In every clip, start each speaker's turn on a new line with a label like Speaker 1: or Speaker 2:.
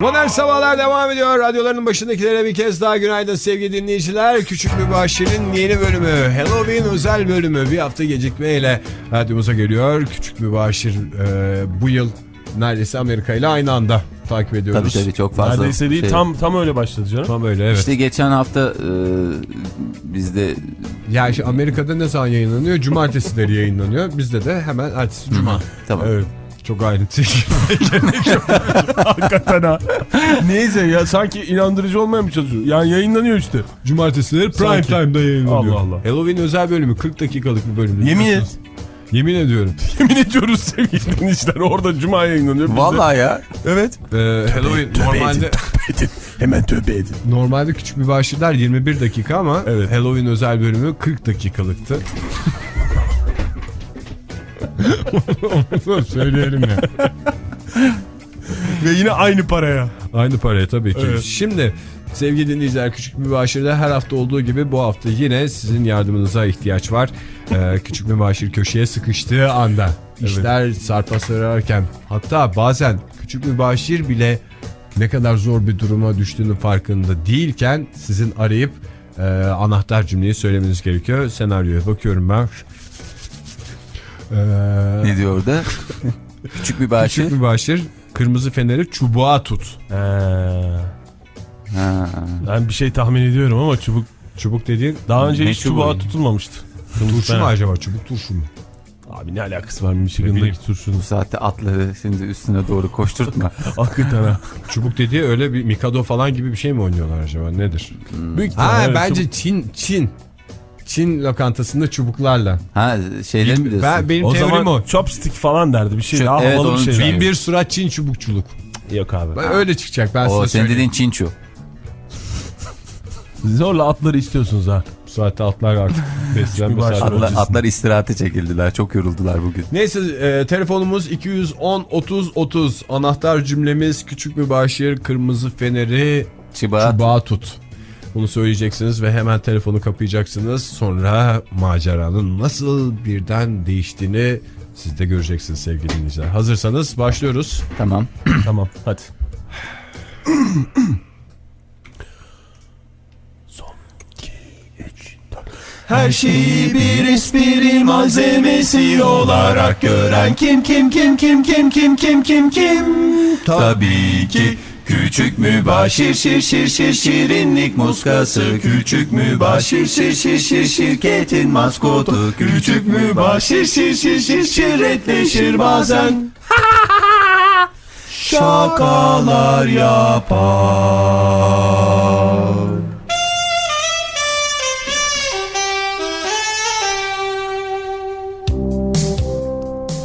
Speaker 1: Modern Sabahlar devam ediyor. Radyoların başındakilere bir kez daha günaydın sevgili dinleyiciler. Küçük Mübaşir'in yeni bölümü, Halloween özel bölümü bir hafta gecikmeyle radyomuza geliyor. Küçük Mübaşir e, bu yıl neredeyse Amerika ile aynı anda takip
Speaker 2: Tabii
Speaker 1: ediyoruz.
Speaker 2: tabii çok fazla.
Speaker 3: Neredeyse değil
Speaker 2: şey.
Speaker 3: tam tam öyle başladı canım.
Speaker 1: Tam öyle evet.
Speaker 2: İşte geçen hafta e, bizde
Speaker 1: Ya işte Amerika'da ne zaman yayınlanıyor? Cumartesileri yayınlanıyor. Bizde de hemen ertesi cuma.
Speaker 2: tamam.
Speaker 1: Evet. Çok ayrıntı.
Speaker 3: Hakikaten ha. Neyse ya sanki inandırıcı olmaya mı çalışıyor? Yani yayınlanıyor işte.
Speaker 1: Cumartesileri prime
Speaker 3: Sanki.
Speaker 1: time'da yayınlanıyor.
Speaker 3: Allah Allah.
Speaker 1: Halloween özel bölümü 40 dakikalık bir bölüm.
Speaker 3: Yemin et.
Speaker 1: Biliyorsunuz. Yemin ediyorum.
Speaker 3: Yemin ediyoruz sevgili dinleyiciler orada cuma yayınlanıyor. Bizde-
Speaker 2: Vallahi ya.
Speaker 3: Evet.
Speaker 1: Ee, Halloween normalde
Speaker 3: Hemen tövbe edin.
Speaker 1: normalde küçük mübaşirler 21 dakika ama
Speaker 3: Evet.
Speaker 1: Halloween özel bölümü 40 dakikalıktı. Onu söyleyelim ya.
Speaker 3: Ve yine aynı paraya.
Speaker 1: Aynı paraya tabii ki.
Speaker 3: Evet.
Speaker 1: Şimdi sevgili dinleyiciler küçük mübaşirde her hafta olduğu gibi bu hafta yine sizin yardımınıza ihtiyaç var. Ee, küçük mübaşir köşeye sıkıştığı anda işler sarpa sararken hatta bazen küçük mübaşir bile ne kadar zor bir duruma düştüğünün farkında değilken sizin arayıp e, anahtar cümleyi söylemeniz gerekiyor. Senaryoya bakıyorum ben. Ee,
Speaker 2: Ne diyor orada? Küçük bir bahçe.
Speaker 1: küçük mübaşir kırmızı feneri çubuğa tut.
Speaker 2: Ha.
Speaker 3: ben bir şey tahmin ediyorum ama çubuk
Speaker 1: Çubuk dediğin
Speaker 3: daha önce
Speaker 2: Ne
Speaker 3: hiç
Speaker 2: çubuğu
Speaker 3: çubuğa
Speaker 2: yani?
Speaker 3: tutulmamıştı.
Speaker 1: Turşu
Speaker 3: Ben-
Speaker 1: mu acaba çubuk turşu mu?
Speaker 3: Abi ne alakası var
Speaker 1: bileyim.
Speaker 3: Michigan'daki turşunun?
Speaker 2: Bu saatte atları şimdi üstüne doğru koşturtma.
Speaker 3: Hakikaten ha.
Speaker 1: Çubuk dediği öyle bir mikado falan gibi bir şey mi oynuyorlar acaba nedir?
Speaker 3: Büyük
Speaker 1: Hmm. Ha
Speaker 3: ihtimalle evet,
Speaker 1: bence
Speaker 3: çubuk-
Speaker 1: Çin Çin Çin lokantasında çubuklarla.
Speaker 2: Ha şeyler mi diyorsun?
Speaker 1: Ben, benim
Speaker 3: o
Speaker 1: teorim
Speaker 3: zaman
Speaker 1: o.
Speaker 3: chopstick falan derdi bir şey
Speaker 2: Şu-
Speaker 3: daha
Speaker 2: evet,
Speaker 3: havalı bir
Speaker 2: onun
Speaker 3: şey.
Speaker 2: için.
Speaker 3: derdi.
Speaker 1: Bin bir surat Çin çubukçuluk.
Speaker 3: Yok abi.
Speaker 1: Ben öyle çıkacak ben
Speaker 2: o
Speaker 1: size
Speaker 2: senin
Speaker 1: söyleyeyim.
Speaker 2: dediğin çinço.
Speaker 3: Zorla atları istiyorsunuz ha.
Speaker 1: Bu saatte atlar artık beslenme
Speaker 3: Mübarek.
Speaker 1: saati.
Speaker 3: Atla-
Speaker 2: Atlar, atlar istirahate çekildiler. Çok yoruldular bugün.
Speaker 1: Neyse e, telefonumuz 210 30 30 anahtar cümlemiz küçük mübaşir kırmızı feneri
Speaker 2: Çıba.
Speaker 1: Çubuğa tut. Bunu söyleyeceksiniz ve hemen telefonu kapayacaksınız. Sonra maceranın nasıl birden değiştiğini siz de göreceksiniz sevgili dinleyiciler. Hazırsanız başlıyoruz.
Speaker 2: Tamam.
Speaker 3: Tamam hadi. Son 2 3 4 Her şeyi bir espri malzemesi olarak gören kim kim kim kim kim kim kim kim kim
Speaker 2: Tabii ki küçük mübaşir şir şir şir şirinlik muskası küçük mübaşir şir şir şir şirketin maskotu küçük mübaşir şir şir şir şirretleşir bazen şakalar yapar.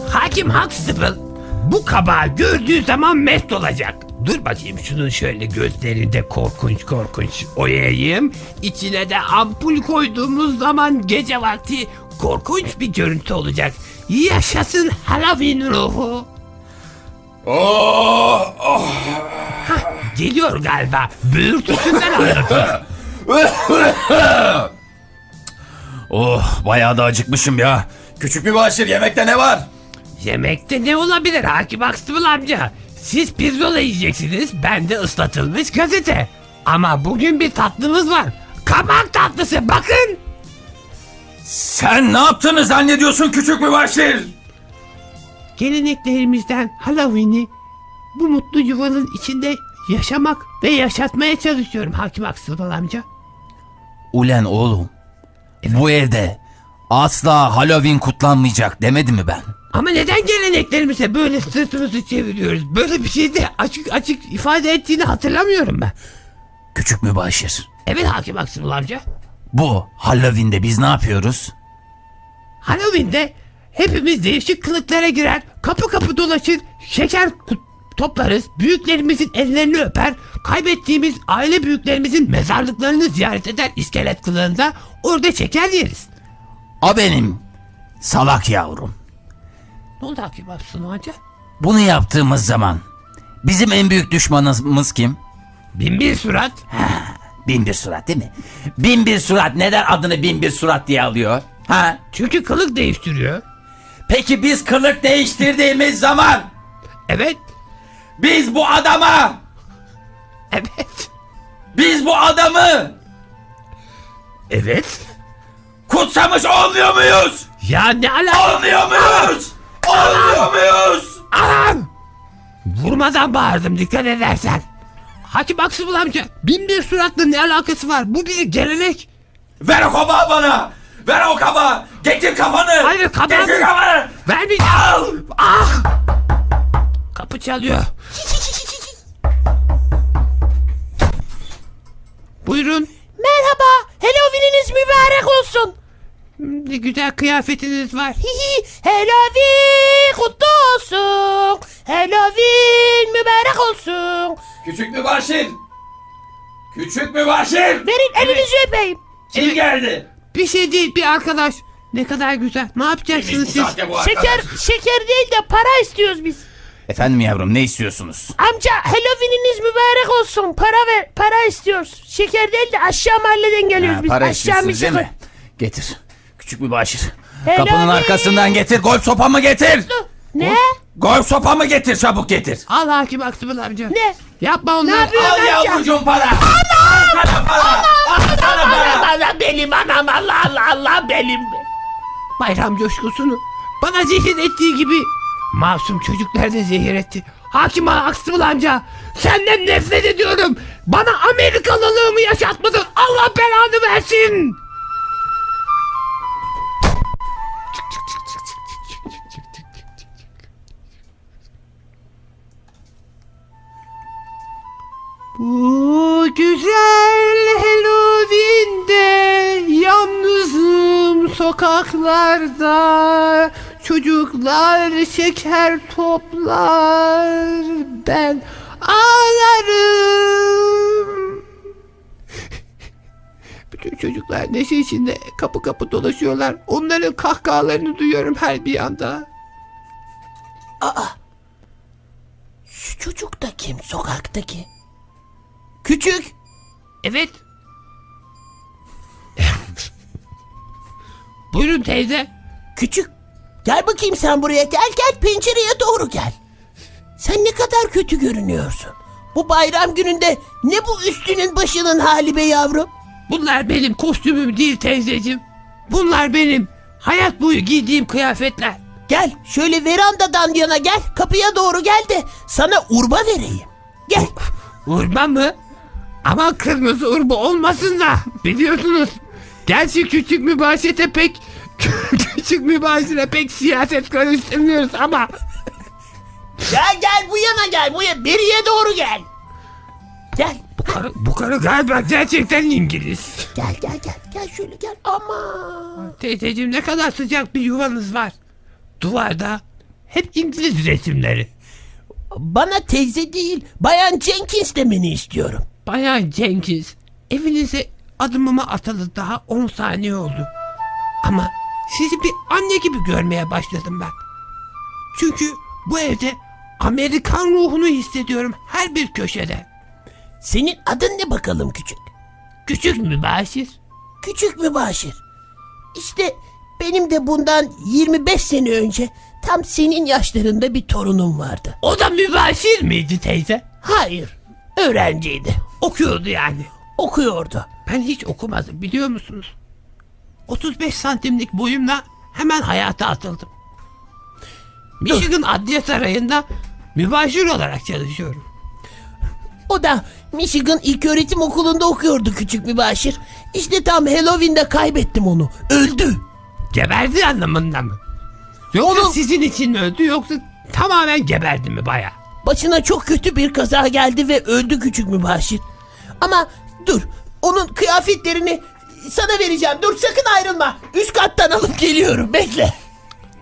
Speaker 4: Hakim Huxtable bu kabağı gördüğü zaman mest olacak. Dur bakayım şunun şöyle gözlerinde korkunç korkunç oyayım. İçine de ampul koyduğumuz zaman gece vakti korkunç bir görüntü olacak. Yaşasın Halloween ruhu. Hah, geliyor galiba. Böğürtüsünden anlatıyor.
Speaker 2: Oh bayağı da acıkmışım ya. Küçük mübaşir yemekte ne var?
Speaker 4: Yemekte ne olabilir Hakim Huxtable amca? Siz pirzola yiyeceksiniz, ben de ıslatılmış gazete. Ama bugün bir tatlımız var. Kabak tatlısı bakın.
Speaker 2: Sen ne yaptığını zannediyorsun küçük mübaşir?
Speaker 4: Geleneklerimizden Halloween'i bu mutlu yuvanın içinde yaşamak ve yaşatmaya çalışıyorum Hakim Huxtable amca.
Speaker 2: Ulen oğlum. Bu evde asla Halloween kutlanmayacak demedim mi ben?
Speaker 4: Ama neden geleneklerimize böyle sırtımızı çeviriyoruz? Böyle bir şey de açık açık ifade ettiğini hatırlamıyorum ben.
Speaker 2: Küçük mübaşir.
Speaker 4: Evet Hakim Huxtable amca.
Speaker 2: Bu Halloween'de biz ne yapıyoruz?
Speaker 4: Halloween'de hepimiz değişik kılıklara girer, kapı kapı dolaşır, şeker kut- toplarız, büyüklerimizin ellerini öper, kaybettiğimiz aile büyüklerimizin mezarlıklarını ziyaret eder iskelet kılığında, orada şeker yeriz.
Speaker 2: A benim salak yavrum.
Speaker 4: Ne oldu Hakim Absun Hoca?
Speaker 2: Bunu yaptığımız zaman bizim en büyük düşmanımız kim?
Speaker 4: Bin bir surat.
Speaker 2: Bin bir surat değil mi? Bin bir surat neden adını bin bir surat diye alıyor? Ha?
Speaker 4: Çünkü kılık değiştiriyor.
Speaker 2: Peki biz kılık değiştirdiğimiz zaman
Speaker 4: Evet.
Speaker 2: biz bu adama
Speaker 4: Evet.
Speaker 2: Biz bu adamı
Speaker 4: Evet.
Speaker 2: kutsamış olmuyor muyuz?
Speaker 4: Ya ne ala?
Speaker 2: Olmuyor muyuz? Olmuyor muyuz?
Speaker 4: Anam! Vurmadan bağırdım dikkat edersen. Hakim Aksımıl amca bin bir suratla ne alakası var? Bu bir gelenek.
Speaker 2: Ver o kabağı bana. Ver o kabağı. Getir kafanı.
Speaker 4: Hayır, kabağı
Speaker 2: Getir
Speaker 4: mı?
Speaker 2: kafanı.
Speaker 4: Vermeyeceğim.
Speaker 2: Al.
Speaker 4: Ah! Kapı çalıyor. Buyurun.
Speaker 5: Merhaba, Halloween'iniz mübarek olsun.
Speaker 4: Ne güzel kıyafetiniz var.
Speaker 5: Hihi, Halloween kutlu olsun. Halloween mübarek olsun.
Speaker 2: Küçük mübaşir. Küçük mübaşir.
Speaker 5: Verin elinizi öpeyim.
Speaker 2: Kim geldi?
Speaker 4: Bir şey değil bir arkadaş. Ne kadar güzel. Ne yapacaksınız
Speaker 2: Biz bu
Speaker 4: siz?
Speaker 2: saatte bu arkadaş.
Speaker 5: Şeker, şeker değil de para istiyoruz biz.
Speaker 2: Efendim yavrum ne istiyorsunuz?
Speaker 5: Amca Halloween'iniz mübarek olsun. Para ver, para istiyoruz. Şeker değil de aşağı mahalleden geliyoruz
Speaker 2: Ha,
Speaker 5: biz.
Speaker 2: para
Speaker 5: aşağı şey
Speaker 2: istiyorsunuz değil
Speaker 5: Mısır'ı.
Speaker 2: mi? Getir. Küçük mübaşir.
Speaker 5: Helal
Speaker 2: Kapının
Speaker 5: olsun.
Speaker 2: arkasından getir. Golf sopamı getir.
Speaker 5: Ne?
Speaker 2: Golf sopamı getir çabuk getir.
Speaker 4: Al hakim Aksımıl amca.
Speaker 5: Ne?
Speaker 4: Yapma onları.
Speaker 5: yapıyorsun?
Speaker 2: Al
Speaker 5: Anam!
Speaker 2: yavrucuğum para. Al sana para. Al sana para.
Speaker 4: Allah benim anam Allah Allah Allah benim. Bayram coşkusunu bana zehir ettiği gibi masum çocuklar da zehir etti. Hakim Ağa, Aksımıl amca senden nefret ediyorum. Bana Amerikalılığımı yaşatmadın. Allah belanı versin. Bu güzel Halloween'de yalnızım sokaklarda Çocuklar şeker toplar ben ağlarım Bütün çocuklar neşe içinde kapı kapı dolaşıyorlar Onların kahkahalarını duyuyorum her bir anda
Speaker 5: Şu çocuk da kim sokaktaki? Küçük.
Speaker 4: Evet Buyurun teyze
Speaker 5: Küçük. Gel bakayım sen buraya gel gel pencereye doğru gel. Sen ne kadar kötü görünüyorsun. Bu bayram gününde ne bu üstünün başının hali be yavrum.
Speaker 4: Bunlar benim kostümüm değil teyzeciğim. Bunlar benim hayat boyu giydiğim kıyafetler.
Speaker 5: Gel şöyle verandadan yana gel kapıya doğru gel de sana urba vereyim. Gel.
Speaker 4: Urba mı? Ama kırmızı urba olmasın da biliyorsunuz. Gerçi küçük mübaşete pek küçük mübaşire pek siyaset karıştırmıyoruz ama
Speaker 5: Gel gel bu yana gel bu yana beriye doğru gel. Gel
Speaker 4: bu karı, bu karı galiba gerçekten İngiliz.
Speaker 5: gel gel gel gel şöyle gel ama.
Speaker 4: Teyzeciğim ne kadar sıcak bir yuvanız var. Duvarda hep İngiliz resimleri.
Speaker 5: Bana teyze değil bayan Jenkins demeni istiyorum.
Speaker 4: Bayan Cengiz, evinize adımımı atalı daha 10 saniye oldu. Ama sizi bir anne gibi görmeye başladım ben. Çünkü bu evde Amerikan ruhunu hissediyorum her bir köşede.
Speaker 5: Senin adın ne bakalım küçük?
Speaker 4: Küçük mübaşir.
Speaker 5: Küçük mübaşir. İşte benim de bundan 25 sene önce tam senin yaşlarında bir torunum vardı.
Speaker 4: O da mübaşir miydi teyze?
Speaker 5: Hayır, öğrenciydi.
Speaker 4: Okuyordu yani.
Speaker 5: Okuyordu.
Speaker 4: Ben hiç okumadım biliyor musunuz? 35 santimlik boyumla hemen hayata atıldım. Michigan Adliye Sarayı'nda mübaşir olarak çalışıyorum.
Speaker 5: O da Michigan İlköğretim Okulu'nda okuyordu küçük mübaşir. İşte tam Halloween'de kaybettim onu. Öldü.
Speaker 4: Geberdi anlamında mı? Yoksa
Speaker 5: Oğlum-
Speaker 4: sizin için mi öldü yoksa tamamen geberdi mi baya?
Speaker 5: Başına çok kötü bir kaza geldi ve öldü küçük mübaşir. Ama dur, onun kıyafetlerini sana vereceğim. Dur sakın ayrılma. Üst kattan alıp geliyorum. Bekle.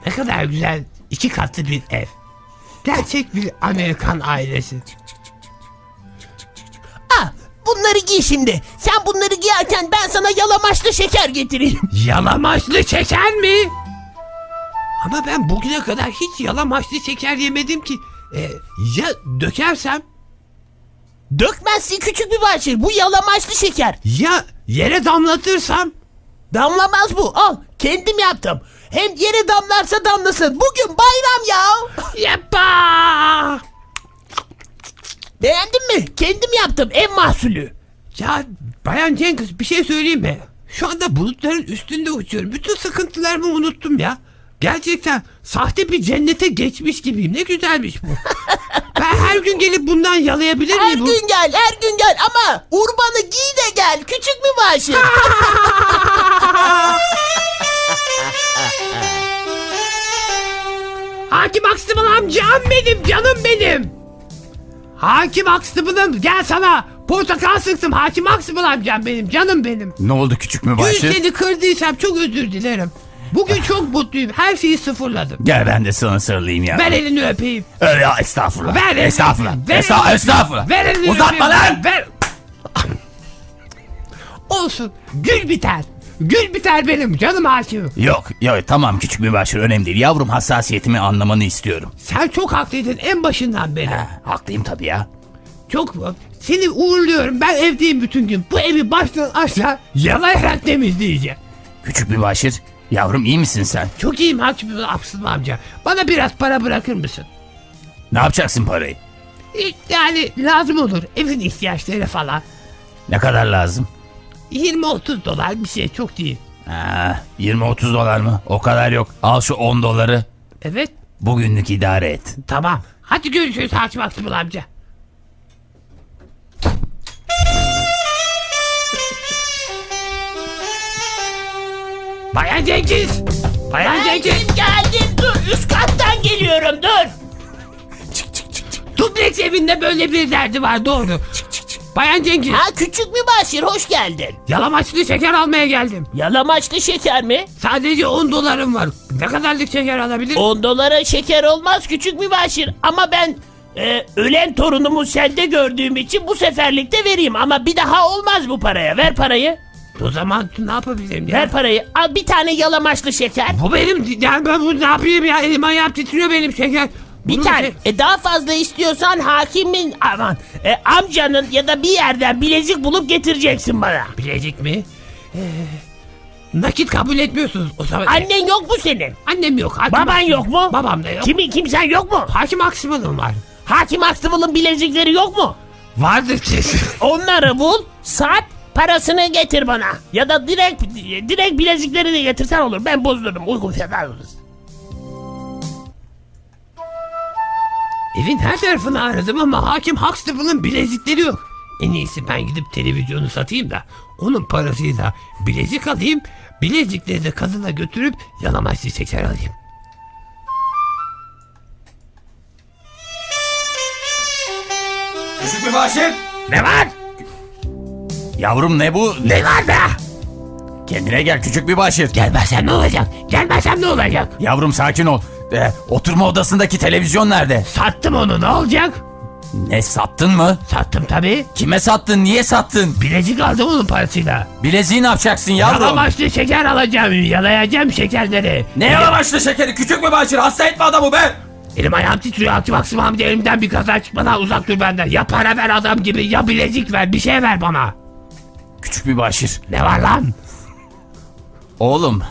Speaker 4: Ne kadar güzel iki katlı bir ev. Gerçek bir Amerikan ailesi.
Speaker 5: Ha, bunları giy şimdi. Sen bunları giyerken ben sana yalamaçlı şeker getireyim.
Speaker 4: Yalamaçlı şeker mi? Ama ben bugüne kadar hiç yalamaçlı şeker yemedim ki. Ee, ya dökersem
Speaker 5: Dökmezsin küçük bir bahçe. Bu yalamaçlı şeker.
Speaker 4: ya yere damlatırsam
Speaker 5: Damlamaz bu. Al kendim yaptım. Hem yere damlarsa damlasın. Bugün bayram ya.
Speaker 4: Yappa!
Speaker 5: Beğendin mi? Kendim yaptım ev mahsulü.
Speaker 4: Ya Bayan Cengiz bir şey söyleyeyim mi? Şu anda bulutların üstünde uçuyorum. Bütün sıkıntılarımı unuttum ya. Gerçekten sahte bir cennete geçmiş gibiyim. Ne güzelmiş bu. ben her gün gelip bundan yalayabilir
Speaker 5: Her
Speaker 4: miyim? bu?
Speaker 5: gün gel her gün gel ama urbanı giy de gel küçük mübaşir.
Speaker 4: Hakim Huxtable amcam benim, canım benim. Hakim Huxtable'ım gel sana portakal sıktım. Hakim Huxtable amcam benim, canım benim.
Speaker 2: Ne oldu küçük mü
Speaker 4: Dün
Speaker 2: başır?
Speaker 4: seni kırdıysam çok özür dilerim.
Speaker 2: Ah.
Speaker 4: Bugün çok mutluyum. Her şeyi sıfırladım.
Speaker 2: Gel ben de sana sarılayım ya.
Speaker 4: Ver elini öpeyim.
Speaker 2: Öyle ya, estağfurullah.
Speaker 4: Ver elini.
Speaker 2: estağfurullah.
Speaker 4: Ver
Speaker 2: Esta-
Speaker 4: elini.
Speaker 2: estağfurullah.
Speaker 4: Ver elini
Speaker 2: Uzatma
Speaker 4: öpeyim.
Speaker 2: lan.
Speaker 4: Ver. Olsun. Gül biter. Gül biter benim canım hakimim.
Speaker 2: Yok, yok tamam küçük mübaşir önemli değil. Yavrum hassasiyetimi anlamanı istiyorum.
Speaker 4: Sen çok haklıydın en başından beri.
Speaker 2: Ha, haklıyım tabii ya.
Speaker 4: Çok mu? Seni uğurluyorum. Ben evdeyim bütün gün. Bu evi baştan aşağı yalayarak temizleyeceğim.
Speaker 2: Küçük mübaşir, yavrum iyi misin sen?
Speaker 4: Çok iyiyim Hakim Aksım amca. Bana biraz para bırakır mısın? E,
Speaker 2: Ne yapacaksın parayı?
Speaker 4: Yani lazım olur. Evin ihtiyaçları falan.
Speaker 2: Ne kadar lazım?
Speaker 4: 20-30 dolar bir şey çok değil.
Speaker 2: Ha, 20-30 dolar mı? O kadar yok. Al şu 10 doları.
Speaker 4: Evet
Speaker 2: Bugünlük idare et.
Speaker 4: tamam. Hadi görüşürüz Hakim Aksım amca. Bayan Cengiz! Bayan Cengiz!
Speaker 5: geldim geldim dur üst kattan geliyorum dur.
Speaker 4: Dubleks evinde böyle bir derdi var doğru. Bayan Cengiz,
Speaker 5: Ha küçük mübaşir hoş geldin.
Speaker 4: yalamaçlı şeker almaya geldim.
Speaker 5: Yalamaçlı şeker mi?
Speaker 4: Sadece 10 dolarım var. Ne kadarlık şeker alabilir?
Speaker 5: 10 dolara şeker olmaz küçük mübaşir ama ben e, ölen torunumu sende gördüğüm için bu seferlikte vereyim ama bir daha olmaz bu paraya ver parayı
Speaker 4: O zaman ne yapabilirim ya?
Speaker 5: ver parayı al bir tane yalamaçlı şeker
Speaker 4: Bu benim, yani ben bunu ne yapayım ya? Elim ayağım titriyor benim şeker.
Speaker 5: bir
Speaker 4: Bunun
Speaker 5: tane
Speaker 4: şey-
Speaker 5: e, daha fazla istiyorsan hakimin aman e, amcanın ya da bir yerden bilezik bulup getireceksin bana
Speaker 4: Bilecek mi? Ee, nakit kabul etmiyorsunuz o zaman.
Speaker 5: annen yok mu senin
Speaker 4: Annem yok. hakim
Speaker 5: baban
Speaker 4: haksız-
Speaker 5: yok mu
Speaker 4: Babam da yok.
Speaker 5: kimin kimsen yok mu
Speaker 4: Hakim Aksıman'ım var.
Speaker 5: hakim Huxtable'ın bilezikleri yok mu
Speaker 4: Vardır kesin.
Speaker 5: Onları bul, sat, parasını getir bana. Ya da direkt direkt bilezikleri de getirsen olur. Ben bozdururum. Uygun fiyat alırız.
Speaker 4: Evin her tarafını aradım ama hakim Huxtable'ın bilezikleri yok. En iyisi ben gidip televizyonu satayım da onun parasıyla bilezik alayım. Bilezikleri de kadına götürüp yalamaçlı şeker alayım.
Speaker 2: Küçük mübaşir.
Speaker 4: Ne var?
Speaker 2: Yavrum ne bu?
Speaker 4: Ne var be?
Speaker 2: Kendine gel küçük mübaşir.
Speaker 4: Gelmezsem ne olacak? Gelmezsem ne olacak?
Speaker 2: Yavrum sakin ol. Ee, oturma odasındaki televizyon nerede?
Speaker 4: Sattım onu ne olacak?
Speaker 2: Ne sattın mı?
Speaker 4: Sattım tabii.
Speaker 2: Kime sattın? Niye sattın?
Speaker 4: Bilezik aldım onun parasıyla.
Speaker 2: Bileziği ne yapacaksın yavrum?
Speaker 4: Yalamaçlı şeker alacağım. Yalayacağım şekerleri.
Speaker 2: Ne yalamaçlı şekeri? Küçük mübaşir hasta etme adamı be.
Speaker 4: Elim ayağım titriyor. Hakim Aksım amca elimden bir kaza çıkmadan uzak dur benden. Ya para ver adam gibi ya bilezik ver. Bir şey ver bana.
Speaker 2: Küçük mübaşir.
Speaker 4: Ne var lan?
Speaker 2: Oğlum.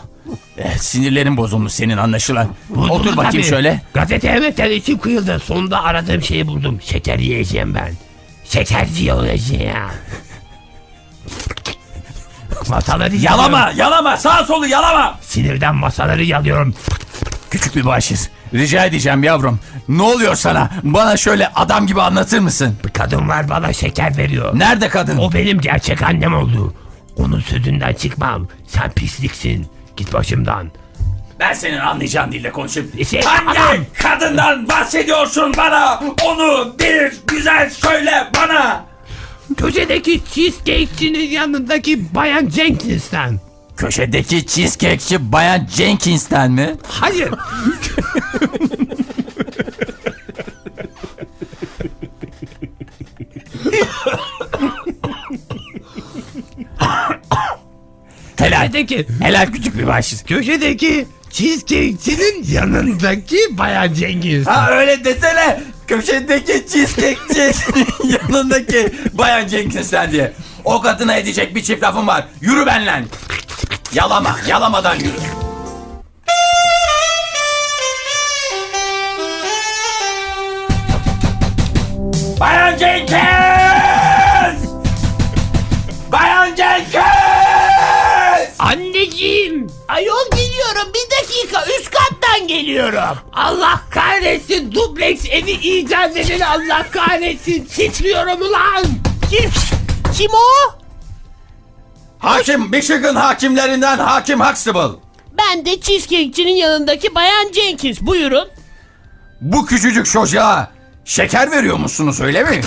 Speaker 2: eh, sinirlerin bozulmuş senin anlaşılan.
Speaker 4: Buldum
Speaker 2: Otur bakayım
Speaker 4: tabii.
Speaker 2: şöyle.
Speaker 4: Gazeteye metel içim kıyıldı. Sonunda aradığım şeyi buldum. Şeker yiyeceğim ben. Şekerci olacağım. masaları yalıyorum.
Speaker 2: Yalama yalama sağ solu yalama.
Speaker 4: Sinirden masaları yalıyorum.
Speaker 2: Küçük mübaşir. Rica edeceğim yavrum. Ne oluyor sana? Bana şöyle adam gibi anlatır mısın?
Speaker 4: Bir kadın var bana şeker veriyor.
Speaker 2: Nerede kadın?
Speaker 4: O benim gerçek annem oldu. Onun sözünden çıkmam. Sen pisliksin. Git başımdan.
Speaker 2: Ben senin anlayacağın dille konuşup
Speaker 4: Şey, adam!
Speaker 2: hangi kadından bahsediyorsun bana? Onu bir güzel söyle bana.
Speaker 4: Köşedeki cheesecake'cinin yanındaki bayan Jenkins'ten.
Speaker 2: Köşedeki cheesecakeçi Bayan Jenkins'ten mi?
Speaker 4: Hayır.
Speaker 2: Helal.
Speaker 4: Köşedeki,
Speaker 2: Helal küçük bir başsız.
Speaker 4: köşedeki cheesecake'cinin yanındaki bayan Cengiz.
Speaker 2: Ha öyle desene. Köşedeki cheesecakeçinin yanındaki Bayan Jenkins'ten diye. O kadına edecek bir çift lafım var. Yürü benle. Yalama. Yalamadan yürü. Bayan
Speaker 4: Jenkins! Bayan Jenkins! Anneciğim!
Speaker 5: Ayol geliyorum bir dakika üst kattan geliyorum.
Speaker 4: Allah kahretsin dubleks evi icat edeni Allah kahretsin titriyorum ulan.
Speaker 5: Kim? Kim o?
Speaker 2: Hakim Michigan hakimlerinden Hakim Huxtable.
Speaker 5: Ben de Cheesecake'cinin yanındaki Bayan Jenkins buyurun.
Speaker 2: Bu küçücük çocuğa şeker veriyor musunuz öyle mi?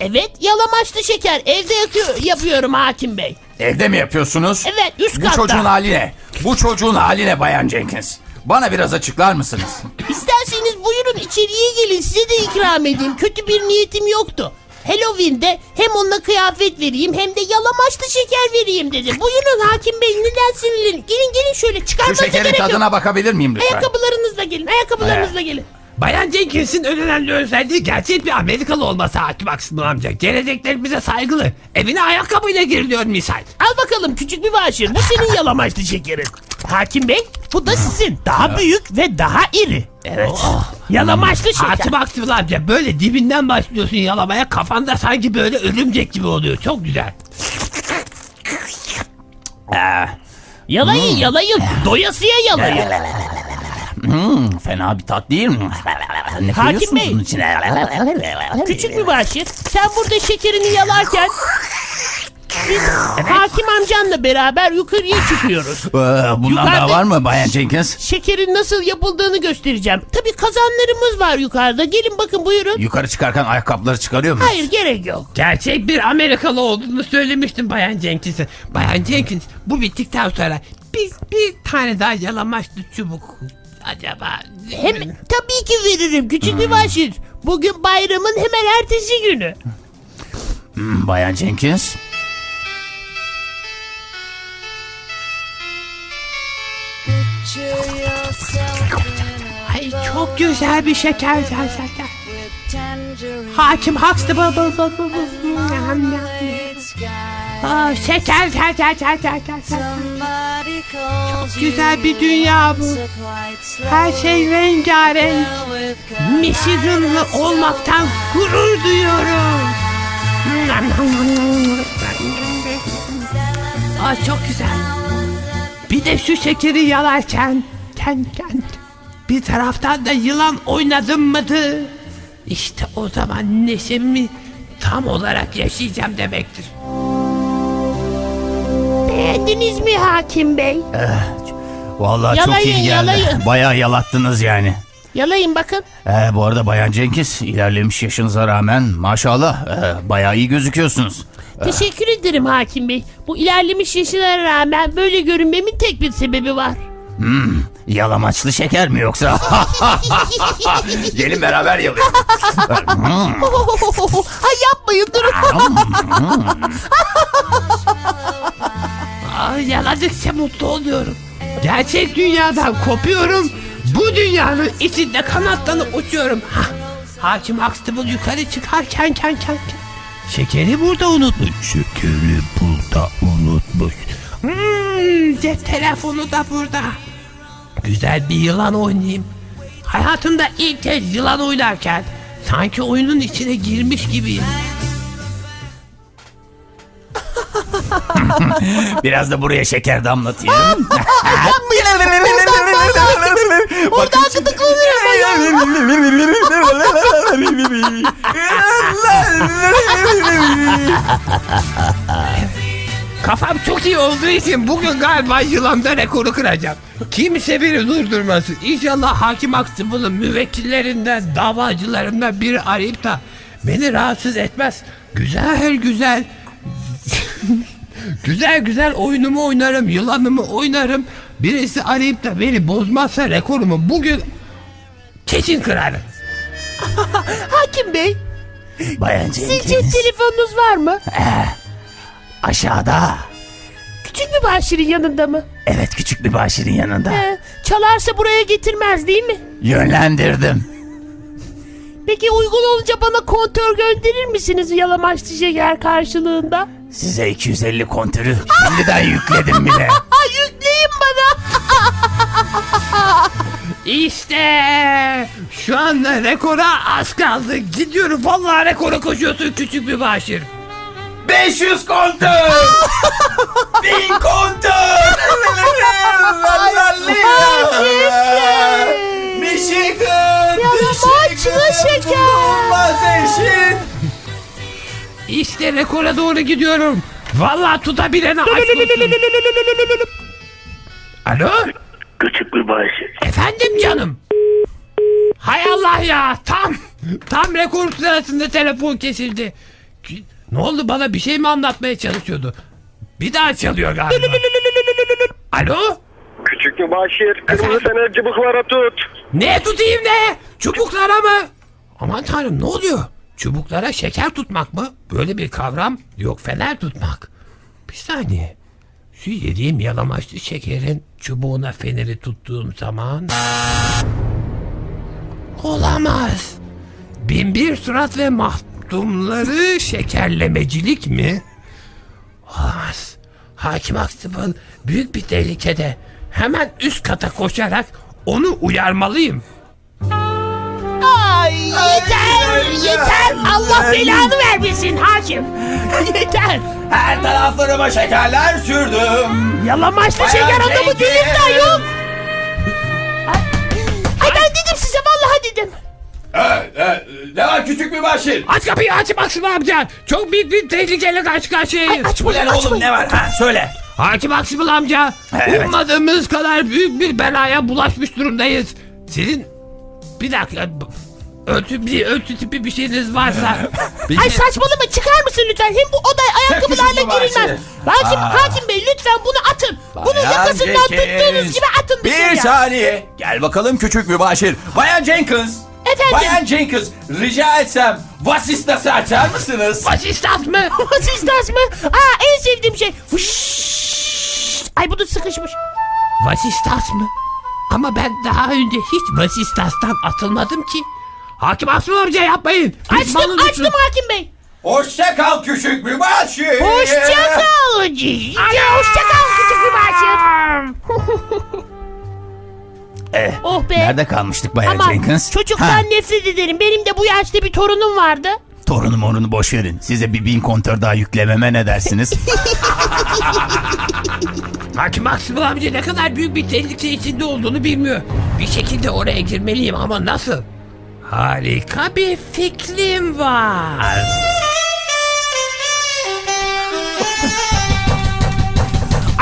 Speaker 5: Evet yalamaçlı şeker evde yakıyor, yapıyorum hakim bey.
Speaker 2: Evde mi yapıyorsunuz?
Speaker 5: Evet üst
Speaker 2: Bu
Speaker 5: katta.
Speaker 2: çocuğun hali ne? Bu çocuğun hali ne Bayan Jenkins? Bana biraz açıklar mısınız?
Speaker 5: İsterseniz buyurun içeriye gelin size de ikram edeyim. Kötü bir niyetim yoktu. Halloween'de hem ona kıyafet vereyim hem de yalamaçlı şeker vereyim dedi. Buyurun hakim bey neden sinirlenin? Gelin gelin şöyle
Speaker 2: Şu
Speaker 5: çıkarmanıza
Speaker 2: şekerin
Speaker 5: gerek yok.
Speaker 2: tadına bakabilir miyim lütfen?
Speaker 5: Ayakkabılarınızla gelin ayakkabılarınızla gelin.
Speaker 4: Bayan Jenkins'in en önemli özelliği gerçek bir Amerikalı olması hakim aksın amca. Geleceklerimize saygılı. Evine ayakkabıyla giriliyor misal.
Speaker 5: Al bakalım küçük bir başır. Bu senin yalamaçlı şekerin. Hakim Bey bu da sizin. Daha büyük ve daha iri. Evet. Yalamaçlı şeker.
Speaker 4: Hakim aksın amca böyle dibinden başlıyorsun yalamaya kafanda sanki böyle örümcek gibi oluyor. Çok güzel.
Speaker 5: Yalayın
Speaker 2: Hmm.
Speaker 5: yalayın. Doyasıya yalayın.
Speaker 2: Fena bir tat değil mi? Ne
Speaker 5: Hakim Bey.
Speaker 2: bunun içine? Ee,
Speaker 5: Küçük mübaşir sen burada şekerini yalarken biz hakim amcanla beraber yukarıya çıkıyoruz.
Speaker 2: Ee, Bundan daha
Speaker 5: Yukarıda-
Speaker 2: var mı Bayan Jenkins?
Speaker 5: Şekerin nasıl yapıldığını göstereceğim. Tabii kazanlarımız var yukarıda. Gelin bakın buyurun.
Speaker 2: Yukarı çıkarken ayakkabıları çıkarıyor muyuz?
Speaker 5: Hayır gerek yok.
Speaker 4: Gerçek bir Amerikalı olduğunu söylemiştim Bayan Jenkins'e. Bayan Jenkins bu bittikten sonra biz bir tane daha yalamaçlı çubuk acaba...
Speaker 5: Hem tabii ki veririm küçük bir başır. Bugün bayramın hemen ertesi günü.
Speaker 2: Hmm, Bayan Jenkins.
Speaker 6: Picture yourself in a
Speaker 4: Ay çok güzel bir şeker şeker. şeker.
Speaker 6: tangerine
Speaker 4: Hakim Huxtable. bu- bu- bu- bu- nam- nam.
Speaker 6: late sky.
Speaker 4: Aa, Şeker şeker şeker şeker. şeker.
Speaker 6: Somebody calls you.
Speaker 4: Güzel bir dünya bu.
Speaker 6: It's a quite slow
Speaker 4: Her şey rengarenk.
Speaker 6: bell with
Speaker 4: Michiganlı olmaktan gurur duyuyorum. Aa, çok güzel. Bir de şu şekeri yalarken ken ken bir taraftan da yılan oynadım mıydı? İşte o zaman neşemi tam olarak yaşayacağım demektir.
Speaker 5: Beğendiniz mi hakim bey?
Speaker 2: Vallahi çok
Speaker 5: Yalayın,
Speaker 2: iyi geldi.
Speaker 5: yalayın.
Speaker 2: Bayağı yalattınız yani.
Speaker 5: Yalayın bakın.
Speaker 2: Ee, bu arada Bayan Jenkins ilerlemiş yaşınıza rağmen maşallah e, bayağı iyi gözüküyorsunuz.
Speaker 5: Teşekkür ederim hakim bey. Bu ilerlemiş yaşına rağmen böyle görünmemin tek bir sebebi var.
Speaker 2: Yalamaçlı şeker mi yoksa? Gelin beraber yalayalım.
Speaker 5: Ay yapmayın durun.
Speaker 4: Aa, yaladıkça mutlu oluyorum. Gerçek dünyadan kopuyorum. Bu dünyanın içinde kanatlanıp uçuyorum. Hah. Hakim Huxtable yukarı çıkarken ken ken ken. Şekeri burada unutmuş. Şekeri burada unutmuş. Hmm, cep telefonu da burada. Güzel bir yılan oynayayım. Hayatımda ilk kez yılan oynarken sanki oyunun içine girmiş gibiyim.
Speaker 2: Biraz da buraya şeker damlatayım.
Speaker 5: Oradan gıdıklanırım ayol.
Speaker 4: Kafam çok iyi olduğu için bugün galiba yılanda rekoru kıracağım. Kimse beni durdurmasın. İnşallah hakim Aksıbıl'ın müvekkillerinden, davacılarından biri arayıp da beni rahatsız etmez. Güzel güzel... güzel güzel oyunumu oynarım, yılanımı oynarım. Birisi arayıp da beni bozmazsa rekorumu bugün kesin kırarım.
Speaker 5: Hakim bey,
Speaker 2: Bayan
Speaker 5: sizin cep
Speaker 2: Jenkins
Speaker 5: telefonunuz var mı?
Speaker 2: aşağıda.
Speaker 5: Küçük bir başirin yanında mı?
Speaker 2: Evet küçük bir başirin yanında.
Speaker 5: Ee, çalarsa buraya getirmez değil mi?
Speaker 2: Yönlendirdim.
Speaker 5: Peki uygun olunca bana kontör gönderir misiniz yalamaçlı şeker karşılığında?
Speaker 2: Size 250 kontürü şimdiden yükledim bile.
Speaker 5: Ha yükleyin bana.
Speaker 4: İşte şu anda rekora az kaldı. Gidiyorum vallahi rekora koşuyorsun küçük bir başır.
Speaker 2: 500 kontör. 1000 kontör. Mişikın.
Speaker 5: Yalamaçlı şeker.
Speaker 2: Mazeşin.
Speaker 4: İşte rekora doğru gidiyorum. Vallahi tutabilene aşk olsun. Alo?
Speaker 7: Küçük bir bahşiş.
Speaker 4: Efendim canım? Hay Allah ya tam tam rekor sırasında telefon kesildi. Ki- Ne oldu bana bir şey mi anlatmaya çalışıyordu? Bir daha çalıyor galiba. Alo?
Speaker 7: Küçük bir bahşiş. Kırmızı
Speaker 4: Efendim?
Speaker 7: fener cıbıklara tut.
Speaker 4: Ne tutayım ne? Çubuklara mı? Aman tanrım ne oluyor? Çubuklara şeker tutmak mı? Böyle bir kavram yok fener tutmak. Bir saniye. Şu yediğim yalamaçlı şekerin çubuğuna feneri tuttuğum zaman... Olamaz. Binbir surat ve mahtumları şekerlemecilik mi? Olamaz. Hakim Huxtable büyük bir tehlikede. Hemen üst kata koşarak onu uyarmalıyım.
Speaker 5: Ay yeter yeter Allah belanı vermesin hakim. yeter.
Speaker 2: Her taraflarıma şekerler sürdüm.
Speaker 5: Yalamaçlı şeker adamı değilim de yok. Ay ben dedim size vallahi dedim.
Speaker 2: Ee, e, Ne var küçük bir bahşiş?
Speaker 4: Aç kapıyı aç Maksim amca. Çok büyük bir tehlikeyle karşı
Speaker 5: Ay
Speaker 4: karşıyayız.
Speaker 5: açmayın
Speaker 2: Ulan oğlum
Speaker 5: açmayın.
Speaker 2: ne var? Ha söyle.
Speaker 4: Hakim Maksim amca.
Speaker 2: Evet.
Speaker 4: Ummadığımız kadar büyük bir belaya bulaşmış durumdayız. Sizin bir dakika ötü bir ötü tipi bir şeyiniz varsa. Bir
Speaker 5: Ay
Speaker 4: şey-
Speaker 5: saçmalama çıkar mısın lütfen? Hem bu odaya ayakkabılarla
Speaker 2: Yakışıklı
Speaker 5: girilmez. Hakim, hakim bey lütfen bunu atın. Bunu
Speaker 2: şey. Bayan
Speaker 5: yakasından
Speaker 2: Jenkins.
Speaker 5: tuttuğunuz gibi atın dışarıya.
Speaker 2: Bir saniye. Gel bakalım küçük mübaşir. Bayan Jenkins.
Speaker 5: Efendim?
Speaker 2: Bayan Jenkins rica etsem vasistası açar mısınız?
Speaker 4: Asistan mı?
Speaker 5: Vasistas mı? Aa en sevdiğim şey. Fışşşş. Ay bu da sıkışmış.
Speaker 4: Vasistas mı? Ama ben daha önce hiç Vasistas'tan atılmadım ki. Hakim Maksim amca yapmayın.
Speaker 5: Açtım
Speaker 4: Düşmanınızsın.
Speaker 5: açtım hakim bey.
Speaker 2: Hoşça kal küçük mübaşir.
Speaker 5: Hoşça kal. cici. Hoşça kal küçük bir Oh be.
Speaker 2: Eh, Nerede kalmıştık Bayan
Speaker 5: Aman
Speaker 2: Jenkins?
Speaker 5: çocuktan
Speaker 2: Ha,
Speaker 5: nefret ederim. Benim de bu yaşta bir torunum vardı.
Speaker 2: Torunum onunu boş verin. Size bir bin kontör daha yüklememe ne dersiniz?
Speaker 4: Hakim Maksim amca ne kadar büyük bir tehlike içinde olduğunu bilmiyor. Bir şekilde oraya girmeliyim ama nasıl? Harika bir fikrim var.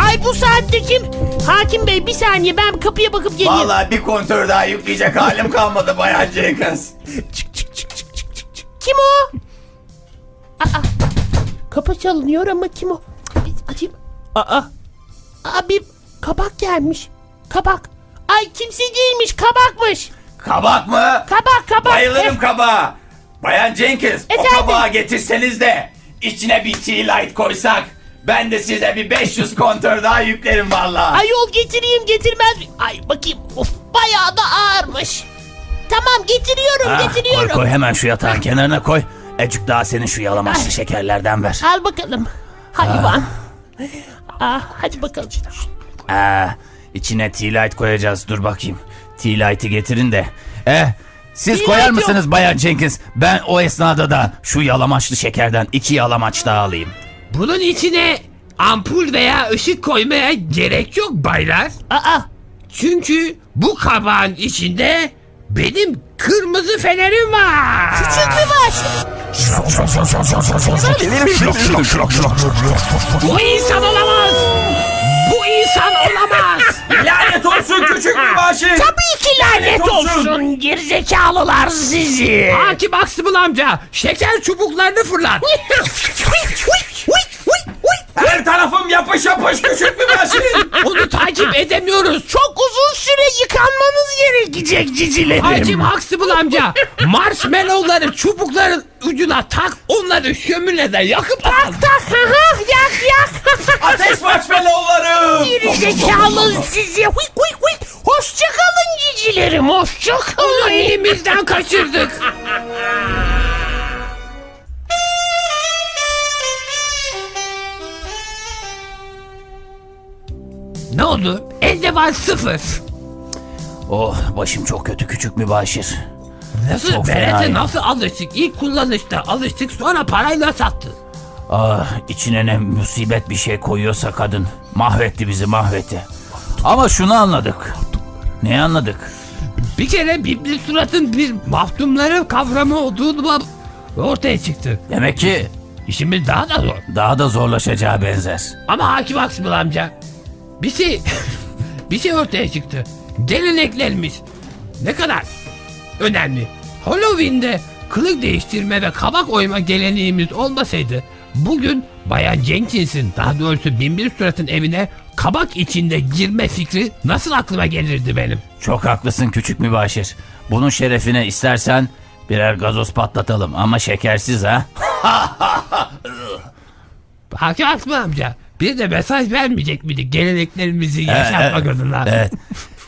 Speaker 5: Ay bu saatte kim? Hakim bey bir saniye ben kapıya bakıp geleyim.
Speaker 2: Vallahi bir kontör daha yükleyecek halim kalmadı Bayan Jenkins.
Speaker 5: Kim o? Aa, kapı çalınıyor ama kim o? Bir açayım. Aa. Aa bir kabak gelmiş. Kabak. Ay kimse değilmiş kabakmış.
Speaker 2: Kabak mı?
Speaker 5: Kabak kabak.
Speaker 2: Bayılırım
Speaker 5: Eh,
Speaker 2: kabağa. Bayan Jenkins
Speaker 5: Efendim?
Speaker 2: o kabağı getirseniz de içine bir tea light koysak ben de size bir 500 kontör daha yüklerim valla.
Speaker 5: Ayol getireyim getirmez. mi? Ay bakayım of bayağı da ağırmış. Tamam getiriyorum getiriyorum.
Speaker 2: hemen şu yatağın kenarına koy. Ecik daha senin şu yalamaçlı şekerlerden ver.
Speaker 5: Al bakalım. Hayvan. Ah, hadi bakalım. Şşt,
Speaker 2: Ee, içine tea light koyacağız dur bakayım. Tea light'ı getirin de. Eh siz
Speaker 5: Tea
Speaker 2: koyar
Speaker 5: light
Speaker 2: mısınız Bayan Jenkins? Ben o esnada da şu yalamaçlı şekerden iki yalamaç daha alayım.
Speaker 4: Bunun içine ampul veya ışık koymaya gerek yok baylar.
Speaker 5: Aa,
Speaker 4: Çünkü bu kabağın içinde benim kırmızı fenerim var.
Speaker 5: çıktı baş.
Speaker 4: Bu insan olamaz. Bu insan olamaz.
Speaker 2: Lanet olsun küçük bir başı.
Speaker 5: Tabii ki lanet olsun gerizekalılar sizi.
Speaker 4: Hakim Aksımıl amca şeker çubuklarını fırlat.
Speaker 2: Her tarafım yapış yapış küçük bir başı.
Speaker 4: Onu takip edemiyoruz. Çok
Speaker 5: Çok uzun süre yıkanmanız gerekecek cicilerim.
Speaker 4: Hakim Huxtable amca marshmallowları çubukların ucuna tak onları şöminede yakıp atalım.
Speaker 5: Tak, hı hı, yak yak.
Speaker 2: Ateş marshmallowlarım.
Speaker 5: Gerizekalı sizi. Huy, huy, huy. Hoşça kalın cicilerim hoşça
Speaker 4: Onu
Speaker 5: kalın.
Speaker 4: elimizden kaçırdık. Ne oldu? Elde var sıfır.
Speaker 2: Oh başım çok kötü küçük mübaşir.
Speaker 4: Nasıl?
Speaker 2: Çok
Speaker 4: Berat'a
Speaker 2: fenayım.
Speaker 4: nasıl alıştık? İlk kullanışta alıştık sonra parayla sattık.
Speaker 2: Ah içine ne musibet bir şey koyuyorsa kadın. Mahvetti bizi mahvetti. Ama şunu anladık. Ne anladık?
Speaker 4: Bir kere Bibli Surat'ın bir mahtumların kavramı olduğu ortaya çıktı.
Speaker 2: Demek ki
Speaker 4: İşimiz daha da zor.
Speaker 2: daha da zorlaşacağı benzer.
Speaker 4: Ama hakim haksız amca. Bir şey, bir şey ortaya çıktı. Geleneklenmiş. Ne kadar önemli. Halloween'de kılık değiştirme ve kabak oyma geleneğimiz olmasaydı bugün Bayan Jenkins'in daha doğrusu Binbir Surat'ın evine kabak içinde girme fikri nasıl aklıma gelirdi benim?
Speaker 2: Çok haklısın küçük mübaşir. Bunun şerefine istersen birer gazoz patlatalım ama şekersiz ha.
Speaker 4: Hakim haksız amca. Bir de mesaj vermeyecek miydi geleneklerimizi yaşatmak adına?
Speaker 2: Evet.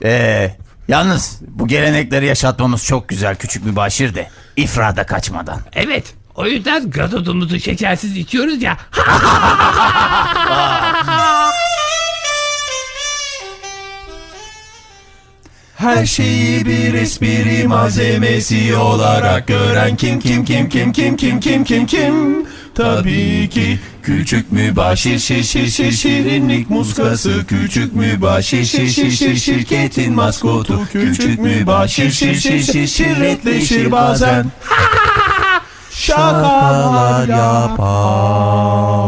Speaker 2: Ee, yalnız bu gelenekleri yaşatmamız çok güzel küçük mübaşir de. İfrada kaçmadan.
Speaker 4: Evet. O yüzden gazozumuzu şekersiz içiyoruz ya.
Speaker 3: Her şeyi bir espri malzemesi olarak gören kim kim kim kim kim kim kim kim kim Tabii ki küçük mübaşir şir şir şir şirinlik muskası Küçük mübaşir şir şir şir şirketin maskotu Küçük mübaşir şir şir şir şirretleşir bazen Şakalar yapar